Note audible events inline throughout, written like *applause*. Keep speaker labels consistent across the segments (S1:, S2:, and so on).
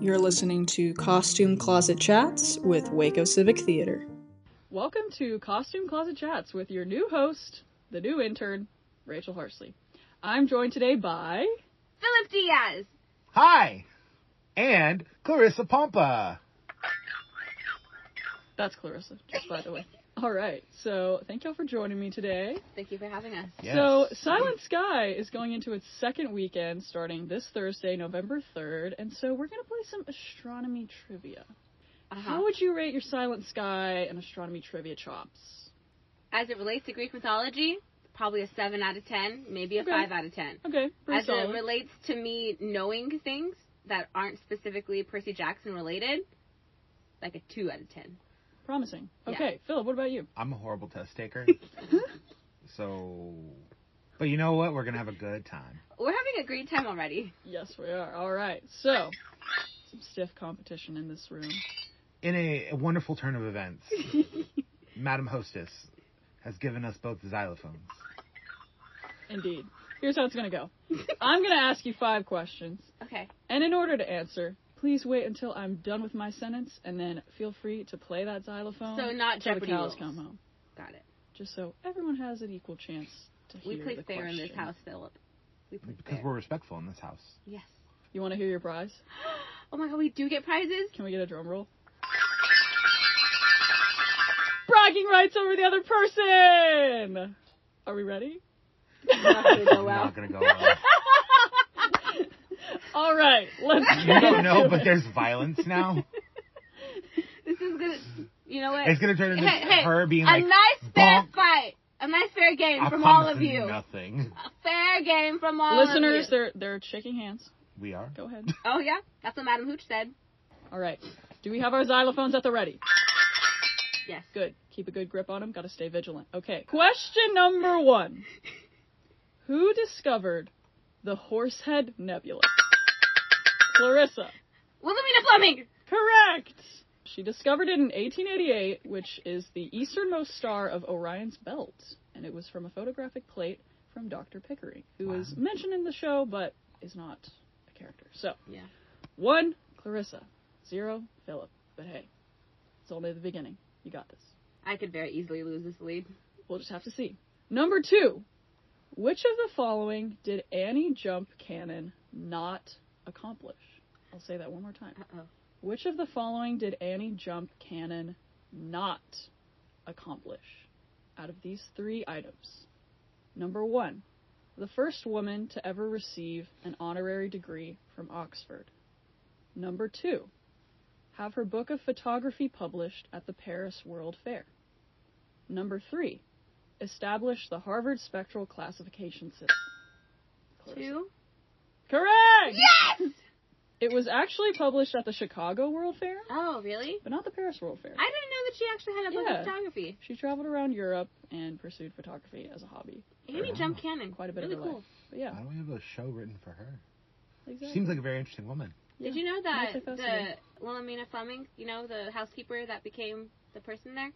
S1: You're listening to Costume Closet Chats with Waco Civic Theater.
S2: Welcome to Costume Closet Chats with your new host, the new intern, Rachel Harsley. I'm joined today by.
S3: Philip Diaz.
S4: Hi! And Clarissa Pompa.
S2: That's Clarissa, just by the way. All right, so thank y'all for joining me today.
S3: Thank you for having us.
S4: Yes.
S2: So, Silent Sky is going into its second weekend starting this Thursday, November 3rd, and so we're going to play some astronomy trivia.
S3: Uh-huh.
S2: How would you rate your Silent Sky and astronomy trivia chops?
S3: As it relates to Greek mythology, probably a 7 out of 10, maybe a
S2: Okay.
S3: 5 out of 10.
S2: Okay, pretty
S3: As it
S2: solid.
S3: relates to me knowing things that aren't specifically Percy Jackson related, like a 2 out of 10.
S2: Promising.
S3: Yeah.
S2: Okay, Philip, what about you?
S4: I'm a horrible test
S3: *laughs*
S4: taker. so. But you know what? We're going to have a good time.
S3: We're having a great time already.
S2: Yes, we are. All right, so some stiff competition in this room.
S4: In a, a wonderful turn
S3: *laughs*
S4: of events, Madam Hostess has given us both xylophones.
S2: Indeed. Here's how it's going to
S3: *laughs*
S2: go I'm going to ask you five questions,
S3: Okay.
S2: and in order to answer, please wait until I'm done with my sentence, and then feel free to play that xylophone.
S3: So not
S2: till
S3: Jeopardy
S2: the cows
S3: rules.
S2: come home,
S3: Got it.
S2: just so everyone has an equal chance to hear
S3: We play
S2: the
S3: fair in this
S2: question.
S3: house, Philip. We play
S4: Because
S3: fair.
S4: we're respectful in this house.
S3: Yes.
S2: You want to hear your prize?
S3: Oh my god, we do get
S4: *laughs*
S3: prizes?
S2: Can we get a drum roll? Bragging rights over the other person. Are we ready?
S3: oh
S4: Not going to go uh, well.
S2: All right,
S3: *laughs*
S2: let's.
S4: You
S2: get
S4: don't know,
S2: into
S4: but
S2: it.
S4: there's violence now.
S3: This is gonna, you know what?
S4: It's going to turn into
S3: Hey, hey,
S4: her being
S3: a
S4: like,
S3: nice fair
S4: bonk.
S3: fight. A nice fair game
S4: I
S3: from all
S4: promise
S3: of you. Uh,
S4: Nothing.
S3: A fair game from all
S2: Listeners,
S3: of you.
S2: they're they're shaking hands.
S4: We are.
S2: Go ahead.
S3: Oh yeah, that's what Madam Hooch said.
S2: All right. Do we have our xylophones at the ready?
S3: Yes.
S2: Good. Keep a good grip on them. Got to stay vigilant. Okay. Question number one. Who discovered the Horsehead Nebula? Clarissa.
S3: Wilhelmina Fleming.
S2: Correct. She discovered it in 1888, which is the easternmost star of Orion's belt, and it was from a photographic plate from Dr. Pickering, who is mentioned in the show but is not a character. So,
S3: Yeah.
S2: one, Clarissa, zero, Philip. But hey, it's only the beginning. You got this.
S3: I could very easily lose this lead.
S2: We'll just have to see. Number two, which of the following did Annie Jump Cannon not accomplish? I'll say that one more time.
S3: Uh oh.
S2: Which of the following did Annie Jump Cannon not accomplish out of these three items? Number one, the first woman to ever receive an honorary degree from Oxford. Number two, have her book of photography published at the Paris World Fair. Number three, establish the Harvard Spectral Classification System.
S3: Two.
S2: Correct!
S3: Yes.
S2: It was actually published at the Chicago World Fair.
S3: Oh really?
S2: But not the Paris World Fair.
S3: I didn't know that she actually had a book
S2: Yeah.
S3: of photography.
S2: She traveled around Europe and pursued photography as a hobby.
S3: Amy
S4: Wow.
S3: Jump Cannon.
S2: Quite a bit of
S3: really
S2: her life.
S3: cool.
S2: But yeah,
S4: Why don't we have a show written for her? She
S2: exactly.
S4: seems like a very interesting woman.
S3: Did you know that the
S2: Multifaceted.
S3: Wilhelmina Fleming, you know, the housekeeper that became the person there?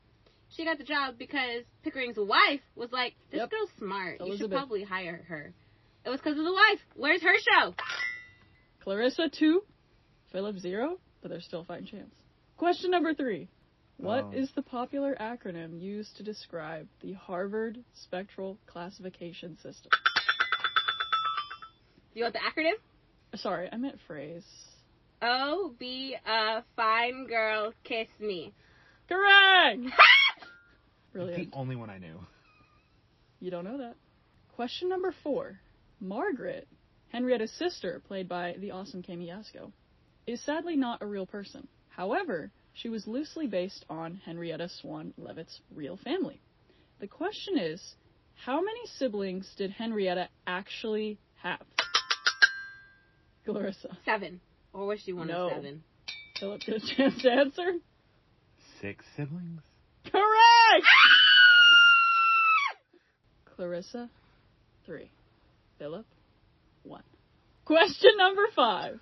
S3: She got the job because Pickering's wife was like, this
S2: Yep.
S3: girl's smart. You should
S2: Elizabeth.
S3: probably hire her. It was because of the wife. Where's her show?
S2: Clarissa two, Philip zero, but there's still a fighting chance. Question number three. What
S4: Oh.
S2: is the popular acronym used to describe the Harvard Spectral Classification System?
S3: You want the acronym?
S2: Sorry, I meant phrase.
S3: Oh, be a fine girl, kiss me.
S2: Correct!
S4: The
S2: Brilliant.
S4: only one I knew.
S2: You don't know that. Question number four. Margaret, Henrietta's sister, played by the awesome Kami Yasko, is sadly not a real person. However, she was loosely based on Henrietta Swan Leavitt's real family. The question is, how many siblings did Henrietta actually have? Glorissa,
S3: Seven. Or was she one
S2: No.
S3: of seven?
S2: Philip, get a chance to answer.
S4: Six siblings?
S2: Correct! *laughs* Clarissa, three. Philip, one. Question number five.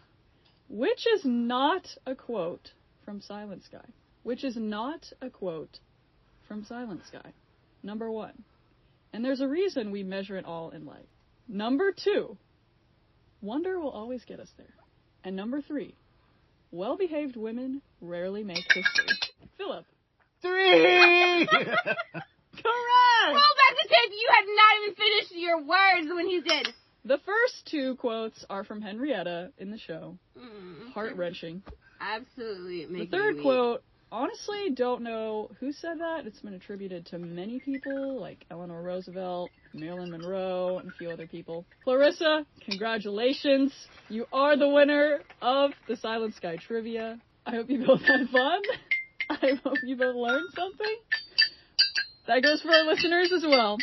S2: Which is not a quote from Silent Sky? Which is not a quote from Silent Sky? Number one. And there's a reason we measure it all in light. Number two, wonder will always get us there. And number three, well behaved women rarely make history. Philip,
S4: *laughs* Three.
S2: correct!
S3: Roll back the tape. You had not even finished your words when he did.
S2: The first two quotes are from Henrietta in the show.
S3: Mm,
S2: Heart wrenching.
S3: Absolutely.
S2: The third quote, honestly, don't know who said that. It's been attributed to many people, like Eleanor Roosevelt, Marilyn Monroe, and a few other people. Clarissa, congratulations! You are the winner of the Silent Sky Trivia. I hope you both had fun. *laughs* I hope you both learned something. That goes for our listeners as well.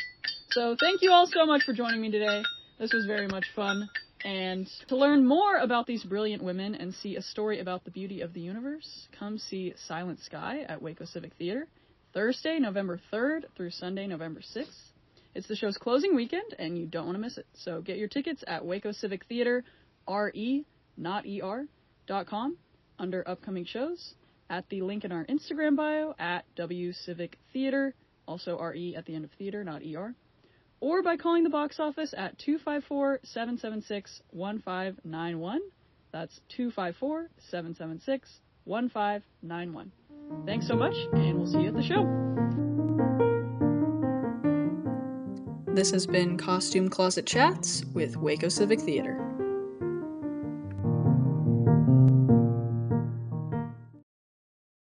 S2: So thank you all so much for joining me today. This was very much fun. And to learn more about these brilliant women and see a story about the beauty of the universe, come see Silent Sky at Waco Civic Theater Thursday, November 3rd through Sunday, November 6th. It's the show's closing weekend, and you don't want to miss it. So get your tickets at Waco Civic Theater, re, not er, dot com, under upcoming shows, at the link in our Instagram bio, at W Civic Theater, also re at the end of theater, not er or by calling the box office at 254 776 1591. That's 254 776 1591. Thanks so much, and we'll see you at the show.
S1: This has been Costume Closet Chats with Waco Civic Theater.